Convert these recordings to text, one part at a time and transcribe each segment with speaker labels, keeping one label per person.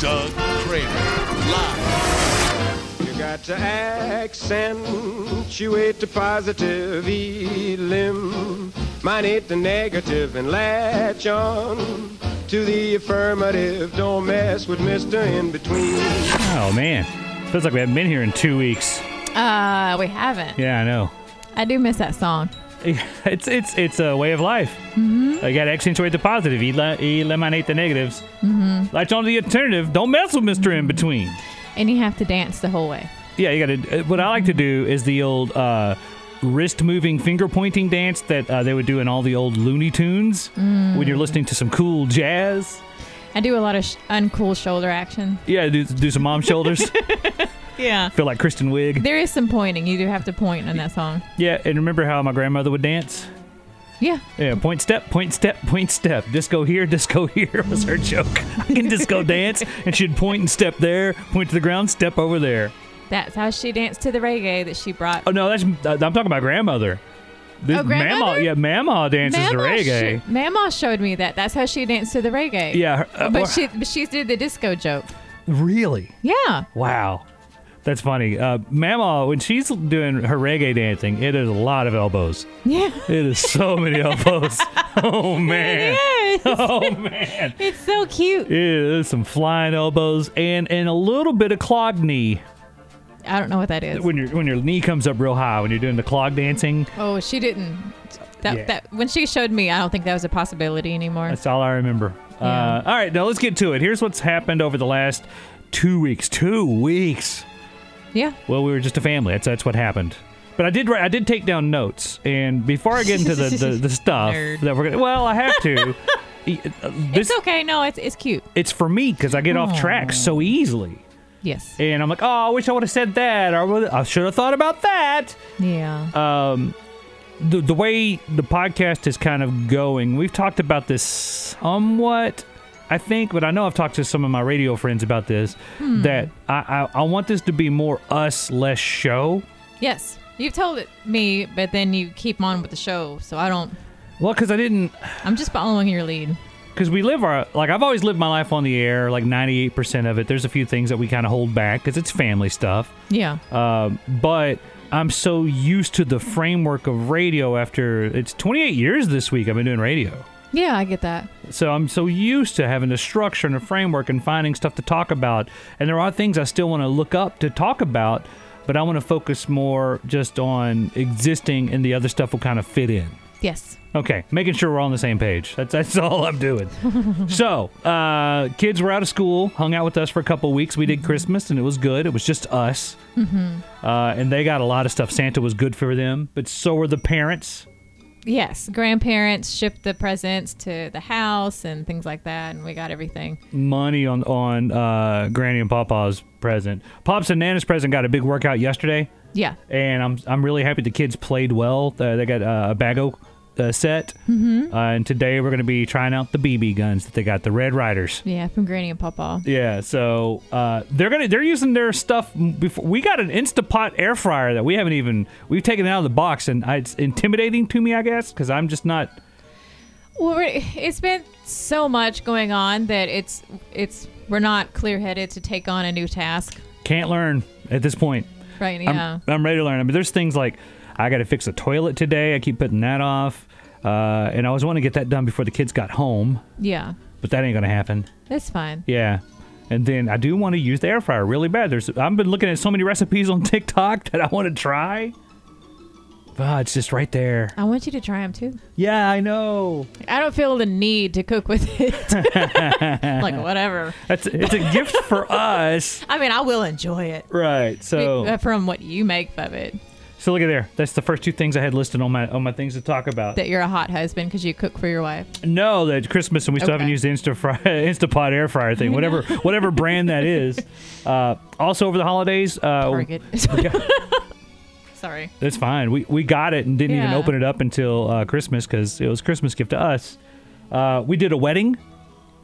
Speaker 1: Doug Craven, live.
Speaker 2: You got to accentuate the positive, eliminate the negative, and latch on to the affirmative. Don't mess with Mr. In Between.
Speaker 3: Oh man, feels like we haven't been here in two weeks.
Speaker 4: Uh, we haven't.
Speaker 3: Yeah, I know.
Speaker 4: I do miss that song.
Speaker 3: It's it's it's a way of life. Mm-hmm. You got to accentuate the positive, el- eliminate the negatives. Mm-hmm. Latch on to the alternative. Don't mess with Mister In Between.
Speaker 4: And you have to dance the whole way.
Speaker 3: Yeah, you got to. What I like to do is the old uh, wrist moving, finger pointing dance that uh, they would do in all the old Looney Tunes when you're listening to some cool jazz.
Speaker 4: I do a lot of sh- uncool shoulder action.
Speaker 3: Yeah, do, do some mom shoulders.
Speaker 4: Yeah.
Speaker 3: Feel like Kristen Wiig.
Speaker 4: There is some pointing. You do have to point in that song.
Speaker 3: Yeah, and remember how my grandmother would dance?
Speaker 4: Yeah.
Speaker 3: Yeah, point step, point step, point step. Disco here, disco here was her joke. I can disco dance, and she'd point and step there, point to the ground, step over there.
Speaker 4: That's how she danced to the reggae that she brought.
Speaker 3: Oh no, that's uh, I'm talking about grandmother. This
Speaker 4: Oh, grandmother?
Speaker 3: Mama, yeah, Mama dances to reggae.
Speaker 4: sh- Mama showed me that. That's how she danced to the reggae.
Speaker 3: yeah, her- uh,
Speaker 4: But
Speaker 3: well,
Speaker 4: she but she did the disco joke.
Speaker 3: really.
Speaker 4: Yeah.
Speaker 3: Wow, that's funny. Uh, Mama, when she's doing her reggae dancing, it is a lot of elbows.
Speaker 4: Yeah.
Speaker 3: It is so many elbows. Oh man.
Speaker 4: Yes.
Speaker 3: Oh man.
Speaker 4: it's so cute.
Speaker 3: Yeah, there's some flying elbows and and a little bit of clog knee
Speaker 4: I don't know what that is.
Speaker 3: when your when your knee comes up real high when you're doing the clog dancing.
Speaker 4: Oh, she didn't. That,
Speaker 3: Yeah.
Speaker 4: that when she showed me, I don't think that was a possibility anymore.
Speaker 3: That's all I remember. Uh, all right, now let's get to it. Here's what's happened over the last two weeks. Two weeks.
Speaker 4: yeah.
Speaker 3: Well, we were just a family. That's that's what happened. But I did write, I did take down notes, and before I get into the the, the stuff
Speaker 4: Nerd.
Speaker 3: that we're gonna, well, I have to. E- uh, this
Speaker 4: it's okay. No, it's it's cute.
Speaker 3: it's for me because I get off track so easily,
Speaker 4: Yes.
Speaker 3: and I'm like, oh, I wish I would have said that, or I would- I should have thought about that.
Speaker 4: yeah.
Speaker 3: um, the the way the podcast is kind of going, we've talked about this somewhat, I think, but I know I've talked to some of my radio friends about this. That I, I I want this to be more us, less show.
Speaker 4: yes. You've told it me, but then you keep on with the show, so I don't.
Speaker 3: Well, because I didn't,
Speaker 4: I'm just following your lead.
Speaker 3: because we live our like I've always lived my life on the air, like ninety eight percent of it. There's a few things that we kind of hold back because it's family stuff.
Speaker 4: Yeah.
Speaker 3: Um, but I'm so used to the framework of radio. After it's 28 years this week, I've been doing radio.
Speaker 4: Yeah, I get that.
Speaker 3: So I'm so used to having a structure and a framework and finding stuff to talk about. And there are things I still want to look up to talk about, but I want to focus more just on existing and the other stuff will kind of fit in.
Speaker 4: Yes.
Speaker 3: Okay, making sure we're on the same page. That's that's all I'm doing. so, uh, kids were out of school, hung out with us for a couple weeks. We did Christmas, and it was good. It was just us, mm-hmm. uh, and they got a lot of stuff. Santa was good for them, but so were the parents.
Speaker 4: Yes. Grandparents shipped the presents to the house and things like that, and we got everything.
Speaker 3: money on on uh, Granny and Papa's present. Pops and Nana's present got a big workout yesterday,
Speaker 4: Yeah.
Speaker 3: and I'm I'm really happy the kids played well. Uh, they got uh, a bago uh, set, mm-hmm. uh, and today we're going to be trying out the BB guns that they got, the Red Riders.
Speaker 4: Yeah, from Granny and Papa.
Speaker 3: Yeah, so uh, they're gonna they're using their stuff. m- Before we got an Instapot air fryer that we haven't even we've taken it out of the box, and I, it's intimidating to me, I guess, because I'm just not.
Speaker 4: Well, we're- it's been so much going on that it's it's we're not clear-headed to take on a new task.
Speaker 3: Can't learn at this point.
Speaker 4: Right.
Speaker 3: I'm,
Speaker 4: Yeah.
Speaker 3: I'm ready to learn. But there's things like I got to fix a toilet today. I keep putting that off. Uh, and I was wanting to get that done before the kids got home,
Speaker 4: yeah.
Speaker 3: but that ain't going to happen.
Speaker 4: That's fine.
Speaker 3: Yeah. And then I do want to use the air fryer really bad. There's I've been looking at so many recipes on TikTok that I want to try. But it's just right there.
Speaker 4: I want you to try them too.
Speaker 3: Yeah, I know.
Speaker 4: I don't feel the need to cook with it. like whatever.
Speaker 3: That's it's a gift for us.
Speaker 4: I mean, I will enjoy it
Speaker 3: Right. So
Speaker 4: Uh, from what you make of it.
Speaker 3: so look at there. That's the first two things I had listed on my on my things to talk about.
Speaker 4: That you're a hot husband because you cook for your wife.
Speaker 3: No, that Christmas, and we still
Speaker 4: Okay.
Speaker 3: haven't used the Insta fry, Instapot air fryer thing, whatever, whatever brand that is. Uh, also, over the holidays, uh,
Speaker 4: Target. Sorry.
Speaker 3: that's fine. We we got it and didn't even
Speaker 4: Yeah.
Speaker 3: open it up until uh, Christmas because it was Christmas gift to us. Uh, we did a wedding,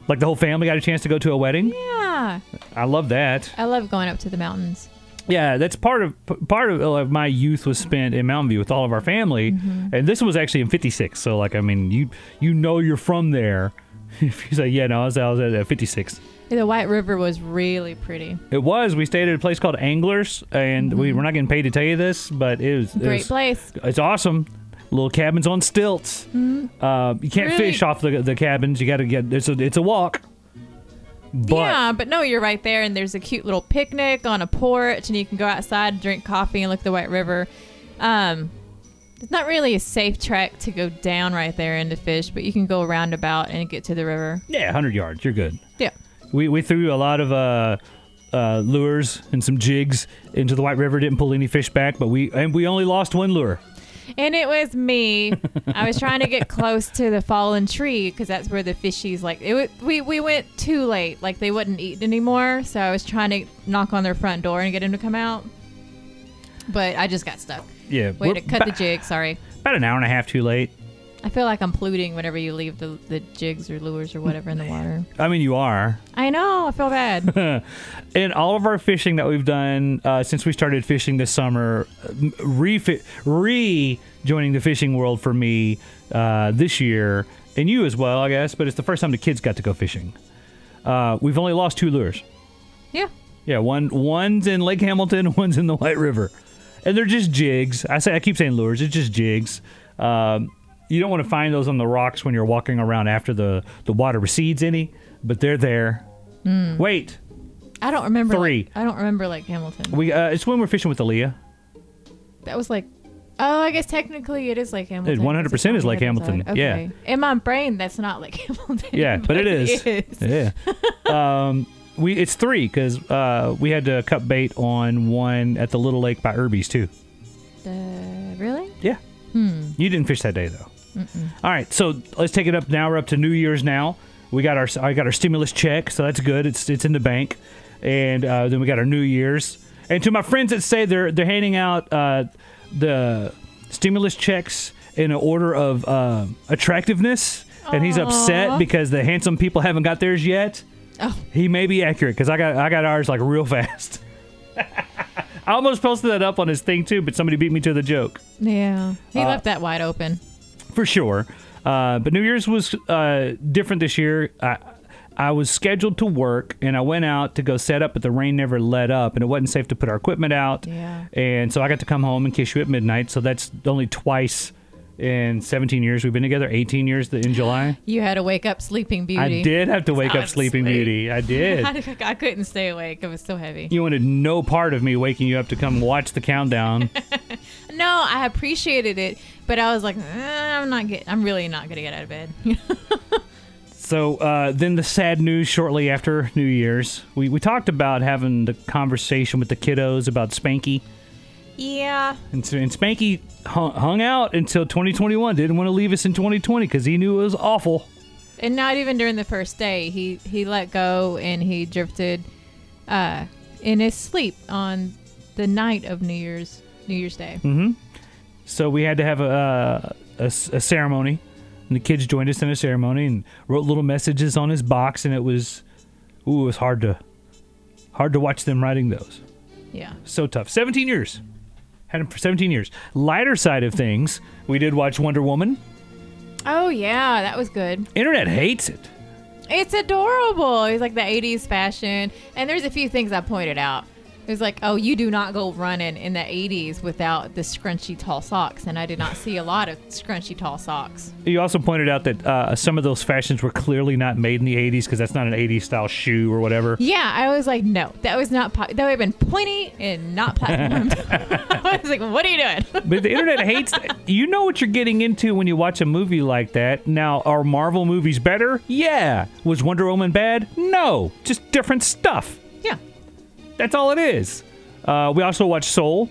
Speaker 3: like the whole family got a chance to go to a wedding.
Speaker 4: Yeah.
Speaker 3: I love that.
Speaker 4: I love going up to the mountains.
Speaker 3: Yeah, that's part of p- part of uh, my youth was spent in Mountain View with all of our family,
Speaker 4: Mm-hmm.
Speaker 3: and this was actually in '56. So, like, I mean, you you know you're from there if you say, yeah, no, I was, I was at uh, '56.
Speaker 4: The White River was really pretty.
Speaker 3: It was. We stayed at a place called Anglers, and we were not getting paid to tell you this, but it was it
Speaker 4: Mm-hmm. Great
Speaker 3: was-
Speaker 4: place.
Speaker 3: It's awesome. Little cabins on stilts. Uh, you can't
Speaker 4: Mm-hmm. Really-
Speaker 3: fish off the, the cabins. You got to get it's a it's a walk. But
Speaker 4: yeah, but no, you're right there, and there's a cute little picnic on a porch, and you can go outside and drink coffee and look at the White River. Um, it's not really a safe track to go down right there into fish, but you can go roundabout and get to the river.
Speaker 3: yeah, hundred yards, you're good.
Speaker 4: Yeah.
Speaker 3: We we threw a lot of uh, uh, lures and some jigs into the White River. Didn't pull any fish back, but we and we only lost one lure.
Speaker 4: And it was me. I was trying to get close to the fallen tree because that's where the fishies like it. wa- we we went too late. Like they wouldn't eat anymore. So I was trying to knock on their front door and get them to come out. But I just got stuck.
Speaker 3: Yeah,
Speaker 4: Way
Speaker 3: we're
Speaker 4: to cut
Speaker 3: ba-
Speaker 4: the jig. Sorry.
Speaker 3: About an hour and a half too late.
Speaker 4: I feel like I'm polluting whenever you leave the, the jigs or lures or whatever in the water.
Speaker 3: I mean, you are.
Speaker 4: I know. I feel bad.
Speaker 3: in all of our fishing that we've done uh, since we started fishing this summer, re re joining the fishing world for me uh, this year, and you as well, I guess. But it's the first time the kids got to go fishing. Uh, we've only lost two lures.
Speaker 4: yeah.
Speaker 3: Yeah, one one's in Lake Hamilton, one's in the White River, and they're just jigs. I say I keep saying lures. It's just jigs. Um, you don't want to find those on the rocks when you're walking around after the the water recedes any, but they're there. Wait,
Speaker 4: I don't remember. like-
Speaker 3: Three.
Speaker 4: I don't remember like Hamilton.
Speaker 3: we uh, it's when we're fishing with Aaliyah.
Speaker 4: That was like, oh, I guess technically it is like Hamilton. 'cause
Speaker 3: 100% is
Speaker 4: on the
Speaker 3: like
Speaker 4: other
Speaker 3: Hamilton,
Speaker 4: side.
Speaker 3: yeah.
Speaker 4: Okay. In my brain, that's not like Hamilton.
Speaker 3: Yeah, but it is.
Speaker 4: It is.
Speaker 3: Yeah. um, we it's three because uh, we had to cut bait on one at the little lake by Irby's too.
Speaker 4: Uh, really?
Speaker 3: Yeah. You didn't fish that day though. All right, so let's take it up now. We're up to New Year's now. We got our I got our stimulus check, so that's good. It's it's in the bank, and uh, then we got our New Year's. And to my friends that say they're they're handing out uh, the stimulus checks in an order of uh, attractiveness, and he's upset because the handsome people haven't got theirs yet.
Speaker 4: Oh.
Speaker 3: He may be accurate because I got I got ours like real fast. I almost posted that up on his thing too, but somebody beat me to the joke
Speaker 4: Yeah.
Speaker 3: Uh,
Speaker 4: He left that wide open.
Speaker 3: for sure. Uh, but New Year's was uh, different this year. I, I was scheduled to work and I went out to go set up, but the rain never let up and it wasn't safe to put our equipment out.
Speaker 4: Yeah.
Speaker 3: And so I got to come home and kiss you at midnight. So that's only twice in 17 years we've been together, 18 years in July.
Speaker 4: You had to wake up Sleeping Beauty.
Speaker 3: I did have to wake
Speaker 4: Sound
Speaker 3: up Sleeping
Speaker 4: asleep.
Speaker 3: Beauty. I did.
Speaker 4: I, I couldn't stay awake. It was so heavy.
Speaker 3: You wanted no part of me waking you up to come watch the countdown.
Speaker 4: No, I appreciated it, but I was like, "Eh, I'm not get. I'm really not gonna get out of bed.
Speaker 3: So uh, then the sad news shortly after New Year's. We, we talked about having the conversation with the kiddos about Spanky.
Speaker 4: yeah.
Speaker 3: And, so- and Spanky hung, hung out until 2021. Didn't want to leave us in 2020 because he knew it was awful.
Speaker 4: and not even during the first day he he let go and he drifted uh in his sleep on the night of new year's new year's day
Speaker 3: So we had to have a, a, a s- a ceremony. And the kids joined us in a ceremony and wrote little messages on his box. And it was, ooh, it was hard to, hard to watch them writing those.
Speaker 4: yeah
Speaker 3: so tough. 17 years. Had him for 17 years. Lighter side of things, we did watch Wonder Woman.
Speaker 4: oh yeah that was good
Speaker 3: Internet hates it.
Speaker 4: it's adorable it's like the 80s fashion and there's a few things i pointed out it was like, oh, you do not go running in the 80s without the scrunchy tall socks. And I did not see a lot of scrunchy tall socks.
Speaker 3: You also pointed out that uh, some of those fashions were clearly not made in the 80s because that's not an 80s style shoe or whatever.
Speaker 4: Yeah, I was like, no, that was not, po- that would have been pointy and not platformed. I was like, what are you doing?
Speaker 3: But the internet hates it. You know what you're getting into when you watch a movie like that. Now, are Marvel movies better? Yeah. Was Wonder Woman bad? No. Just different stuff.
Speaker 4: Yeah.
Speaker 3: That's all it is. Uh, we also watched Soul.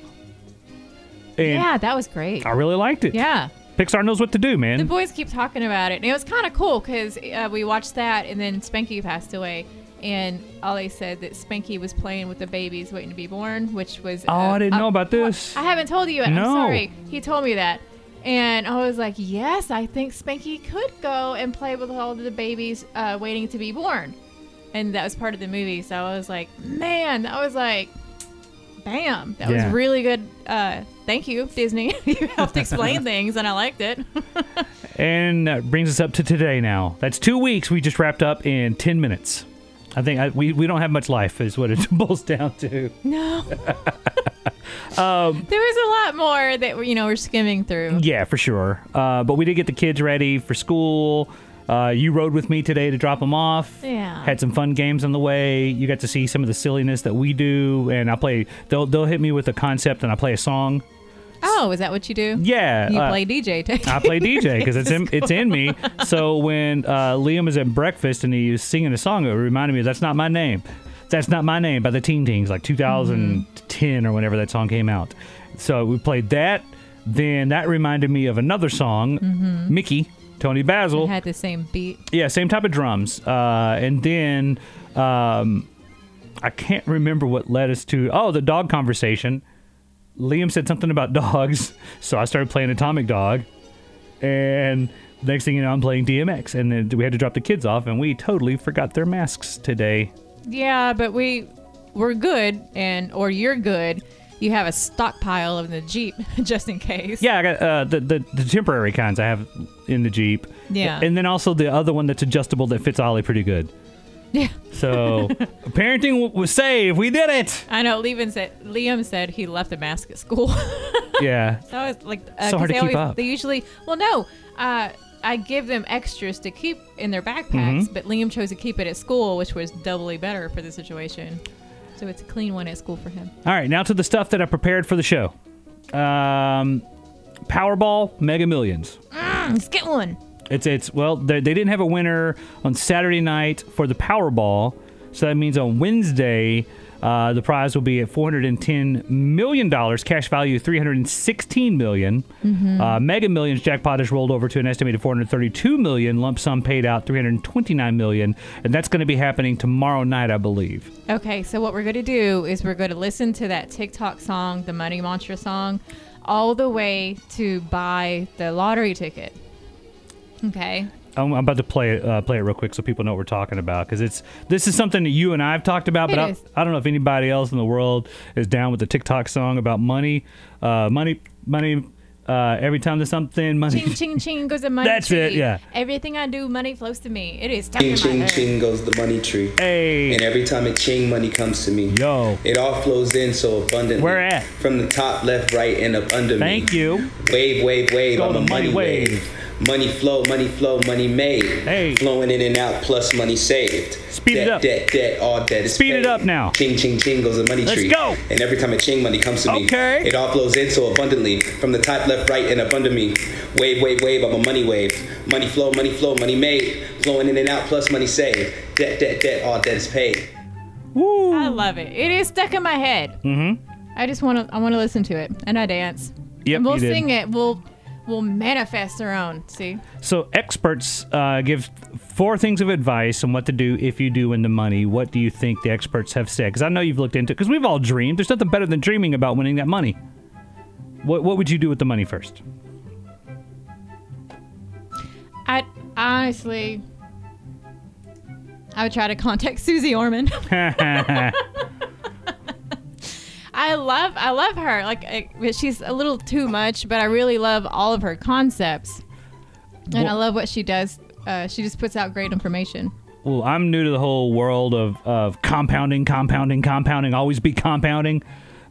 Speaker 3: And
Speaker 4: Yeah, that was great.
Speaker 3: I really liked it.
Speaker 4: Yeah.
Speaker 3: Pixar knows what to do, man.
Speaker 4: The boys keep talking about it. And it was kind of cool because uh, we watched that and then Spanky passed away. And Ollie said that Spanky was playing with the babies waiting to be born, which was.
Speaker 3: Oh, I didn't
Speaker 4: uh,
Speaker 3: know about this.
Speaker 4: I haven't told you. yet. I'm
Speaker 3: No.
Speaker 4: sorry. He told me that. And I was like, yes, I think Spanky could go and play with all of the babies uh, waiting to be born. And that was part of the movie. So I was like, man, that was like, bam. That
Speaker 3: Yeah.
Speaker 4: was really good. Uh, thank you, Disney. you helped explain things, and I liked it.
Speaker 3: And that brings us up to today now. That's two weeks we just wrapped up in 10 minutes. I think I, we, we don't have much life, is what it boils down to.
Speaker 4: No.
Speaker 3: Um,
Speaker 4: there was a lot more that we- you know we're skimming through.
Speaker 3: Yeah, for sure. Uh, but we did get the kids ready for school. Uh, you rode with me today to drop them off.
Speaker 4: Yeah.
Speaker 3: Had some fun games on the way. You got to see some of the silliness that we do, and I play. They'll they'll hit me with a concept, and I play a song.
Speaker 4: Oh, is that what you do?
Speaker 3: Yeah.
Speaker 4: You
Speaker 3: uh,
Speaker 4: play DJ. Too.
Speaker 3: I play DJ because it's in it's in me. So when uh, Liam is at breakfast and he is singing a song, it reminded me of that's not my name. That's not my name by the Teen Teens, like 2010 or whenever that song came out. So we played that. Then that reminded me of another song, Mickey, Tony Basil.
Speaker 4: had the same beat.
Speaker 3: Yeah, same type of drums. Uh, and then um, I can't remember what led us to. Oh, the dog conversation. Liam said something about dogs, so I started playing Atomic Dog. And next thing you know, I'm playing DMX. And then we had to drop the kids off, and we totally forgot their masks today.
Speaker 4: Yeah, but we we're good, and or you're good. You have a stockpile of the Jeep just in case.
Speaker 3: Yeah, I got uh, the, the the temporary kinds I have in the Jeep.
Speaker 4: Yeah.
Speaker 3: And then also the other one that's adjustable that fits Ollie pretty good.
Speaker 4: Yeah.
Speaker 3: So parenting w- was saved. We did it.
Speaker 4: I know. Liam said Liam said he left the mask at school.
Speaker 3: Yeah.
Speaker 4: So it's like uh,
Speaker 3: So
Speaker 4: 'cause
Speaker 3: hard to
Speaker 4: they
Speaker 3: keep
Speaker 4: always,
Speaker 3: up.
Speaker 4: They usually well no. Uh, I give them extras to keep in their backpacks,
Speaker 3: Mm-hmm.
Speaker 4: but Liam chose to keep it at school, which was doubly better for the situation. So it's a clean one at school for him.
Speaker 3: All right, now to the stuff that I prepared for the show. Um, Powerball Mega Millions.
Speaker 4: Let's get one.
Speaker 3: It's it's well they, they didn't have a winner on Saturday night for the Powerball, so that means on Wednesday uh, the prize will be at 410 million dollars, cash value 316 million. Uh, Mega Millions jackpot is rolled over to an estimated 432 million, lump sum paid out 329 million, and that's going to be happening tomorrow night, I believe.
Speaker 4: Okay, so what we're going to do is we're going to listen to that TikTok song, the Money Mantra song, all the way to buy the lottery ticket. Okay.
Speaker 3: I'm, I'm about to play it, uh, play it real quick so people know what we're talking about because it's this is something that you and I have talked about, but
Speaker 4: It
Speaker 3: I,
Speaker 4: is.
Speaker 3: I don't know if anybody else in the world is down with the TikTok song about money, uh, money, money. Uh, every time there's something, money.
Speaker 4: Ching, ching, ching goes the money
Speaker 3: That's it,
Speaker 4: tree.
Speaker 3: yeah.
Speaker 4: Everything I do, money flows to me. It is stuck
Speaker 5: Ching,
Speaker 4: in my
Speaker 5: ching,
Speaker 4: head.
Speaker 5: ching goes the money tree. And
Speaker 3: Hey,
Speaker 5: every time it ching, money comes to me.
Speaker 3: Yo.
Speaker 5: It all flows in so abundantly.
Speaker 3: Where at?
Speaker 5: From the top, left, right, and up under me.
Speaker 3: thank you.
Speaker 5: Wave, wave, wave.
Speaker 3: Go
Speaker 5: I'm
Speaker 3: the
Speaker 5: a money,
Speaker 3: money wave.
Speaker 5: wave. Money flow, money flow, money made.
Speaker 3: Hey.
Speaker 5: Flowing in and out, plus money saved.
Speaker 3: Speed it
Speaker 5: debt,
Speaker 3: up.
Speaker 5: Debt, debt, all debt is
Speaker 3: Speed it
Speaker 5: paid.
Speaker 3: up now.
Speaker 5: Ching, ching, ching goes the money
Speaker 3: Let's
Speaker 5: tree.
Speaker 3: go.
Speaker 5: And every time it ching, money comes to me.
Speaker 3: Okay.
Speaker 5: It all flows in so abundantly. From the top, left, right, and up under me. Wave, wave, wave. I'm a money wave. Money flow, money flow, money made. Flowing in and out, plus money saved. Debt, debt, debt, all debt is paid.
Speaker 3: Woo.
Speaker 4: I love it. It is stuck in my head. Mm-hmm. I just want to. I want to listen to it, and I dance.
Speaker 3: Yep,
Speaker 4: and we'll
Speaker 3: you did.
Speaker 4: sing it. We'll we'll manifest our own. See,
Speaker 3: So experts uh, give four things of advice on what to do if you do win the money. What do you think the experts have said? Because I know you've looked into it. Because we've all dreamed. There's nothing better than dreaming about winning that money. What What would you do with the money first?
Speaker 4: I honestly, I would try to contact Susie Orman. I love I love her. Like I, but she's a little too much, but I really love all of her concepts, and I
Speaker 3: Well-
Speaker 4: love what she does. Uh, she just puts out great information.
Speaker 3: Well, I'm new to the whole world of, of compounding, compounding, compounding. Always be compounding.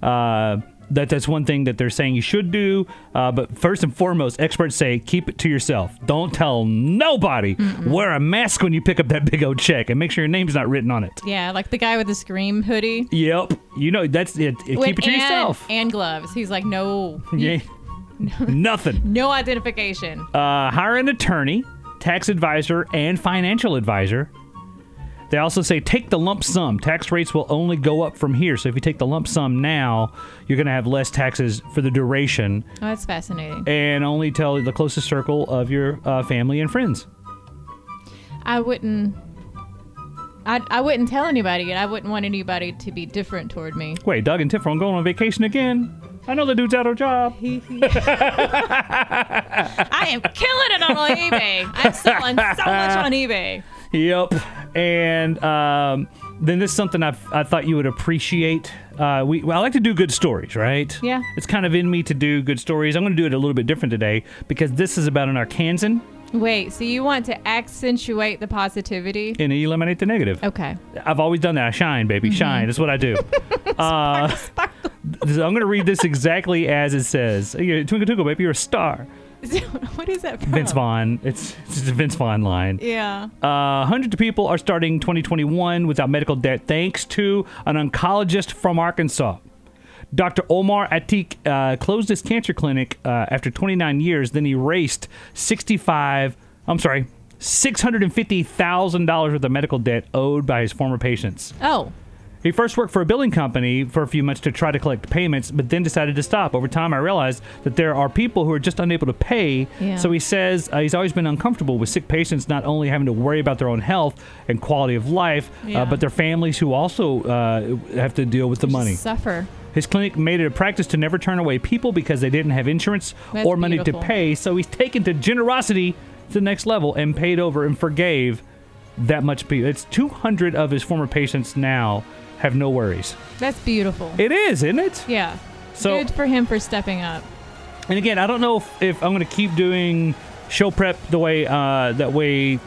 Speaker 3: Uh, that that's one thing that they're saying you should do. Uh, but first and foremost, experts say keep it to yourself. Don't tell nobody. Wear a mask when you pick up that big old check, and make sure your name's not written on it.
Speaker 4: Yeah, like the guy with the scream hoodie.
Speaker 3: Yep. You know that's it. it-
Speaker 4: With
Speaker 3: keep it to
Speaker 4: and,
Speaker 3: yourself.
Speaker 4: And gloves. He's like, no,
Speaker 3: yeah. Nothing.
Speaker 4: no identification.
Speaker 3: Uh, hire an attorney, tax advisor, and financial advisor. They also say take the lump sum. Tax rates will only go up from here. So if you take the lump sum now, you're going to have less taxes for the duration
Speaker 4: oh, that's fascinating.
Speaker 3: and only tell the closest circle of your uh, family and friends.
Speaker 4: I wouldn't. I, I wouldn't tell anybody, and I wouldn't want anybody to be different toward me.
Speaker 3: Wait, Doug and Tiff are going on vacation again. I know the dude's out of a job.
Speaker 4: I am killing it on eBay. I'm selling so much on eBay.
Speaker 3: Yep. And um, then this is something I've, I thought you would appreciate. Uh, we well, I like to do good stories, right?
Speaker 4: Yeah.
Speaker 3: It's kind of in me to do good stories. I'm going to do it a little bit different today because this is about an Arkansan
Speaker 4: Wait, so you want to accentuate the positivity?
Speaker 3: and eliminate the negative.
Speaker 4: Okay. Mm-hmm.
Speaker 3: I've always done that. I shine, baby, shine. That's what I do. uh, so I'm gonna read this exactly as it says. You're- Twinkle twinkle, baby, you're a star.
Speaker 4: what is that from?
Speaker 3: Vince Vaughn. It's it's a Vince Vaughn line.
Speaker 4: Yeah.
Speaker 3: Uh, hundreds of people are starting 2021 without medical debt thanks to an oncologist from Arkansas. Dr. Omar Atik uh, closed his cancer clinic uh, after 29 years, then erased 65, I'm sorry, $650,000 worth of medical debt owed by his former patients.
Speaker 4: Oh.
Speaker 3: He first worked for a billing company for a few months to try to collect payments, but then decided to stop. Over time, I realized that there are people who are just unable to pay.
Speaker 4: Yeah.
Speaker 3: So he says uh, he's always been uncomfortable with sick patients not only having to worry about their own health and quality of life,
Speaker 4: Yeah.
Speaker 3: uh, but their families who also uh, have to deal with the money.
Speaker 4: Just Oh, suffer.
Speaker 3: His clinic made it a practice to never turn away people because they didn't have insurance
Speaker 4: That's
Speaker 3: or money
Speaker 4: beautiful.
Speaker 3: to pay. So he's taken to generosity to the next level and paid over and forgave that much people. It's 200 of his former patients now have no worries.
Speaker 4: That's beautiful.
Speaker 3: It is, isn't it?
Speaker 4: yeah.
Speaker 3: So-
Speaker 4: Good for him for stepping up.
Speaker 3: And again, I don't know if, if I'm going to keep doing show prep the way uh, that way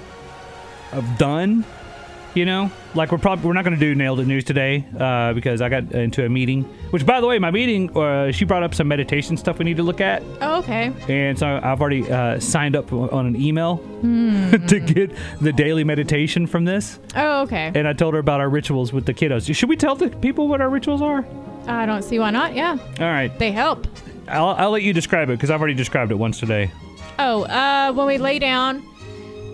Speaker 3: I've done. You know, like we're probably we're not going to do nailed it news today uh, because I got into a meeting. Which, by the way, my meeting uh, she brought up some meditation stuff we need to look at.
Speaker 4: Oh, okay.
Speaker 3: and so I've already uh, signed up on an email to get the daily meditation from this.
Speaker 4: Oh, okay.
Speaker 3: And I told her about our rituals with the kiddos. Should we tell the people what our rituals are? All
Speaker 4: I don't see why not. Yeah.
Speaker 3: right,
Speaker 4: They help.
Speaker 3: I'll, I'll let you describe it because I've already described it once today.
Speaker 4: Oh, uh, when we lay down,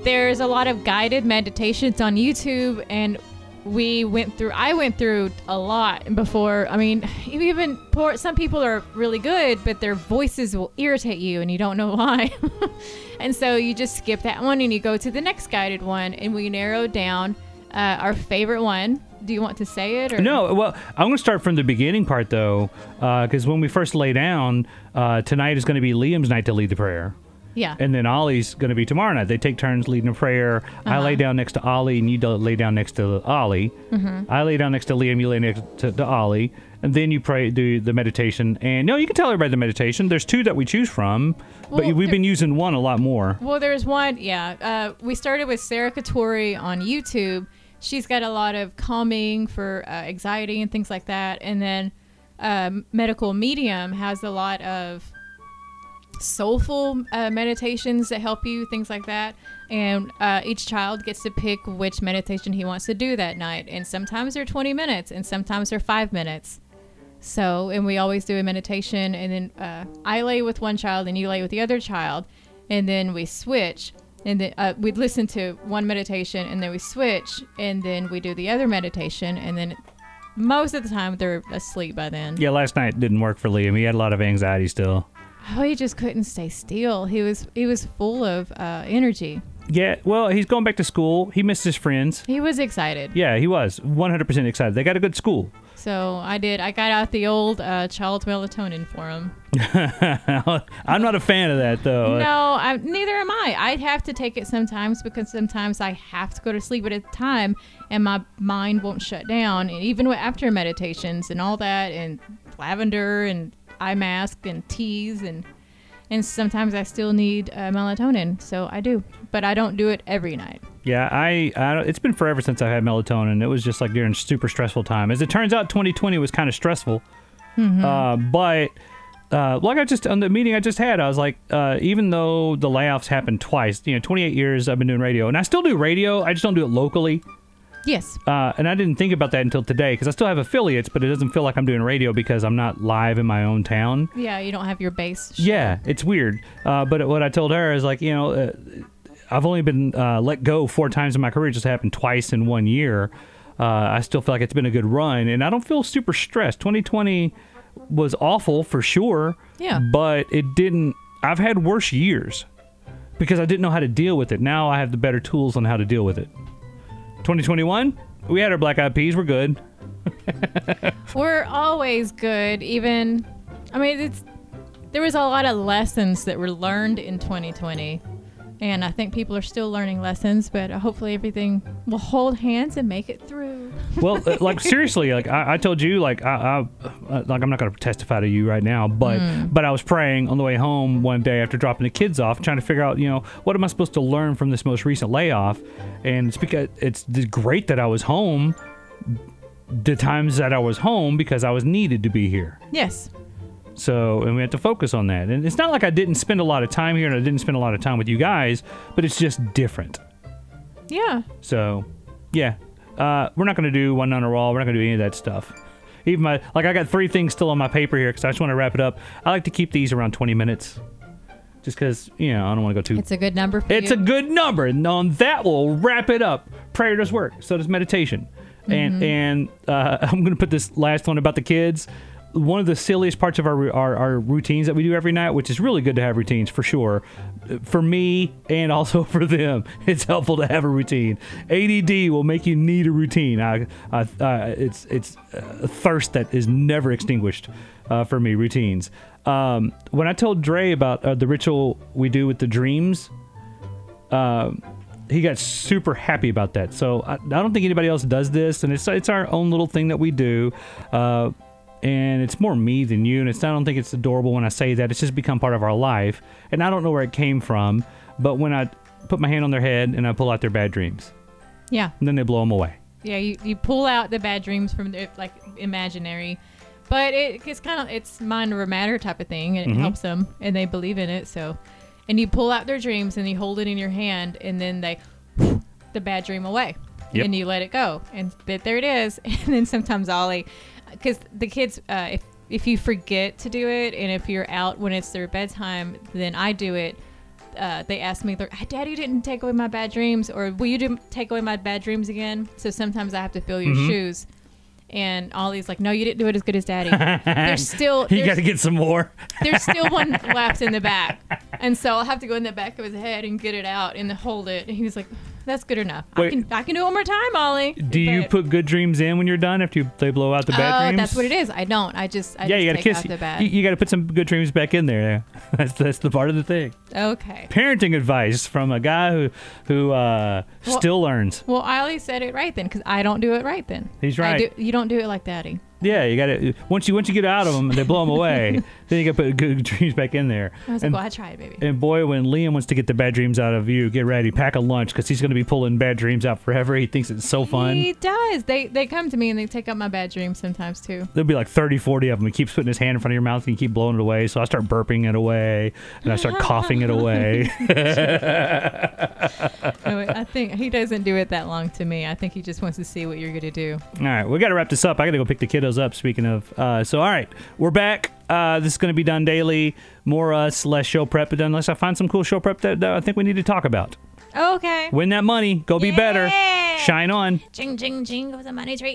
Speaker 4: there's a lot of guided meditations on YouTube, and we went through. I went through a lot before. I mean, you even poor, some people are really good, but their voices will irritate you, and you don't know why. and so you just skip that one, and you go to the next guided one, and we narrow down uh, our favorite one. Do you want to say it or
Speaker 3: No, well, I'm gonna start from the beginning part though, because when we first lay down, uh, tonight is gonna be Liam's night to lead the prayer.
Speaker 4: Yeah.
Speaker 3: And then Ollie's going to be tomorrow night. They take turns leading a prayer.
Speaker 4: Uh-huh.
Speaker 3: I lay down next to Ollie, and you do- lay down next to Ollie.
Speaker 4: Mm-hmm.
Speaker 3: I lay down next to Liam, you lay next to, to Ollie. And then you pray, do the meditation. And no, you can tell everybody the meditation. There's two that we choose from,
Speaker 4: Well,
Speaker 3: but we've
Speaker 4: there-
Speaker 3: been using one a lot more.
Speaker 4: Well, there's one. Yeah, uh, we started with Sarah Katori on YouTube. She's got a lot of calming for uh, anxiety and things like that. And then um medical medium has a lot of soulful uh, meditations that help you, things like that. And uh, each child gets to pick which meditation he wants to do that night. And sometimes they're 20 minutes, and sometimes they're five minutes. So, and we always do a meditation, and then uh, I lay with one child and you lay with the other child, and then we switch. And then uh, we'd listen to one meditation, and then we switch, and then we do the other meditation, and then most of the time they're asleep by then.
Speaker 3: Yeah, last night didn't work for Liam. He had a lot of anxiety still.
Speaker 4: Oh, he just couldn't stay still. He was he was full of uh, energy.
Speaker 3: Yeah, well, he's going back to school. He missed his friends.
Speaker 4: He was excited.
Speaker 3: Yeah, he was 100% excited. They got a good school.
Speaker 4: So I did. I got out the old uh, child melatonin for him.
Speaker 3: I'm not a fan of that, though.
Speaker 4: No, I, neither am I. I have to take it sometimes because sometimes I have to go to sleep at a time, and my mind won't shut down. And even with- after meditations and all that, and lavender and eye mask and teas and and sometimes I still need uh, melatonin. So I do, but I don't do it every night.
Speaker 3: Yeah, I, I don't- it's been forever since I had melatonin. It was just like during super stressful time. As it turns out, 2020 was kind of stressful. Uh, but uh, like I just on the meeting I just had, I was like, uh, even though the layoffs happened twice, you know, 28 years I've been doing radio, and I still do radio. I just don't do it locally.
Speaker 4: Yes.
Speaker 3: Uh, and I didn't think about that until today because I still have affiliates, but it doesn't feel like I'm doing radio because I'm not live in my own town.
Speaker 4: Yeah, you don't have your base.
Speaker 3: Yeah, it's weird. Uh, but what I told her is like, you know, uh, I've only been uh, let go four times in my career. It just happened twice in one year. Uh, I still feel like it's been a good run, and I don't feel super stressed. 2020 was awful for sure.
Speaker 4: Yeah.
Speaker 3: But it didn't. I've had worse years because I didn't know how to deal with it. Now I have the better tools on how to deal with it. 2021, we had our black eyed peas. We're good.
Speaker 4: We're always good, even. I mean, it's there was a lot of lessons that were learned in 2020 And I think people are still learning lessons, but hopefully everything will hold hands and make it through.
Speaker 3: Well, uh, like seriously, like I, I told you, like I, I uh, like I'm not going to testify to you right now, but but I was praying on the way home one day after dropping the kids off, trying to figure out, you know, what am I supposed to learn from this most recent layoff? And it's because it's th- great that I was home, the times that I was home because I was needed to be here.
Speaker 4: Yes.
Speaker 3: So, and we had to focus on that. And it's not like I didn't spend a lot of time here and I didn't spend a lot of time with you guys, but it's just different.
Speaker 4: Yeah.
Speaker 3: So, yeah, uh, we're not gonna do one on a wall. We're not gonna do any of that stuff. Even my like, I got three things still on my paper here because I just want to wrap it up. I like to keep these around 20 minutes, just because you know I don't want to go too.
Speaker 4: It's a good number for
Speaker 3: It's
Speaker 4: you.
Speaker 3: a good number, and on that we'll wrap it up. Prayer does work, so does meditation. And and uh, I'm gonna put this last one about the kids. One of the silliest parts of our, our our routines that we do every night, which is really good to have routines for sure, for me and also for them, it's helpful to have a routine. ADD will make you need a routine. I, I, uh, it's it's a thirst that is never extinguished uh, for me. Routines. Um, when I told Dre about uh, the ritual we do with the dreams he got super happy about that. So I, I don't think anybody else does this, and it's it's our own little thing that we do. Uh, and it's more me than you, and it's I don't think it's adorable when I say that. It's just become part of our life, and I don't know where it came from. But when I put my hand on their head and I pull out their bad dreams,
Speaker 4: yeah.
Speaker 3: and then they blow them away.
Speaker 4: Yeah, you, you pull out the bad dreams from the like imaginary, but it, it's kind of it's mind over matter type of thing,
Speaker 3: Mm-hmm.
Speaker 4: and it helps them, and they believe in it. So, and you pull out their dreams and you hold it in your hand, and then they the bad dream away,
Speaker 3: Yep.
Speaker 4: and you let it go, and th- there it is. And then sometimes Ollie, because the kids, uh, if if you forget to do it, and if you're out when it's their bedtime, then I do it uh, they ask me, they're, "Daddy, you didn't take away my bad dreams," or "Will you do, take away my bad dreams again?" So sometimes I have to fill your
Speaker 3: Mm-hmm.
Speaker 4: shoes, and Ollie's like, "No, you didn't do it as good as Daddy." there's still
Speaker 3: You got
Speaker 4: there's,
Speaker 3: to get some more.
Speaker 4: there's still one left in the back, and so I'll have to go in the back of his head and get it out and then hold it. And he's like, "That's good enough. I
Speaker 3: Wait.
Speaker 4: can I can do it one more time, Ollie."
Speaker 3: Do you
Speaker 4: But-
Speaker 3: put good dreams in when you're done after you, they blow out the
Speaker 4: Oh,
Speaker 3: bad dreams?
Speaker 4: that's what it is. I don't. I just I
Speaker 3: Yeah,
Speaker 4: just
Speaker 3: you got to
Speaker 4: take
Speaker 3: kiss.
Speaker 4: out the bad.
Speaker 3: You, you got to put some good dreams back in there. That's that's the part of the thing.
Speaker 4: okay.
Speaker 3: parenting advice from a guy who who uh,
Speaker 4: Well-
Speaker 3: still learns.
Speaker 4: Well, Ollie said it right then, because I don't do it right then.
Speaker 3: He's
Speaker 4: I
Speaker 3: right.
Speaker 4: do- you don't do it like Daddy.
Speaker 3: Yeah, you got to once you once you get out of them, they blow them away. then you got to put good dreams back in there.
Speaker 4: I was
Speaker 3: and,
Speaker 4: like, "Well, I tried, baby."
Speaker 3: and boy, when Liam wants to get the bad dreams out of you, get ready, pack a lunch because he's going to be pulling bad dreams out forever. He thinks it's so fun.
Speaker 4: He does. They they come to me and they take up my bad dreams sometimes too.
Speaker 3: There'll be like 30, 40 of them. He keeps putting his hand in front of your mouth and you keep blowing it away. So I start burping it away and I start coughing it away.
Speaker 4: Anyway, I think he doesn't do it that long to me. I think he just wants to see what you're gonna do.
Speaker 3: All right, we got to wrap this up. I got to go pick the kiddos up. Speaking of, uh, so all right, we're back. Uh, this is going to be done daily, more us, less show prep. But unless I find some cool show prep that, that I think we need to talk about,
Speaker 4: okay.
Speaker 3: win that money, go be better,
Speaker 4: Yeah.
Speaker 3: shine on.
Speaker 4: Jing jing jing goes the money tree.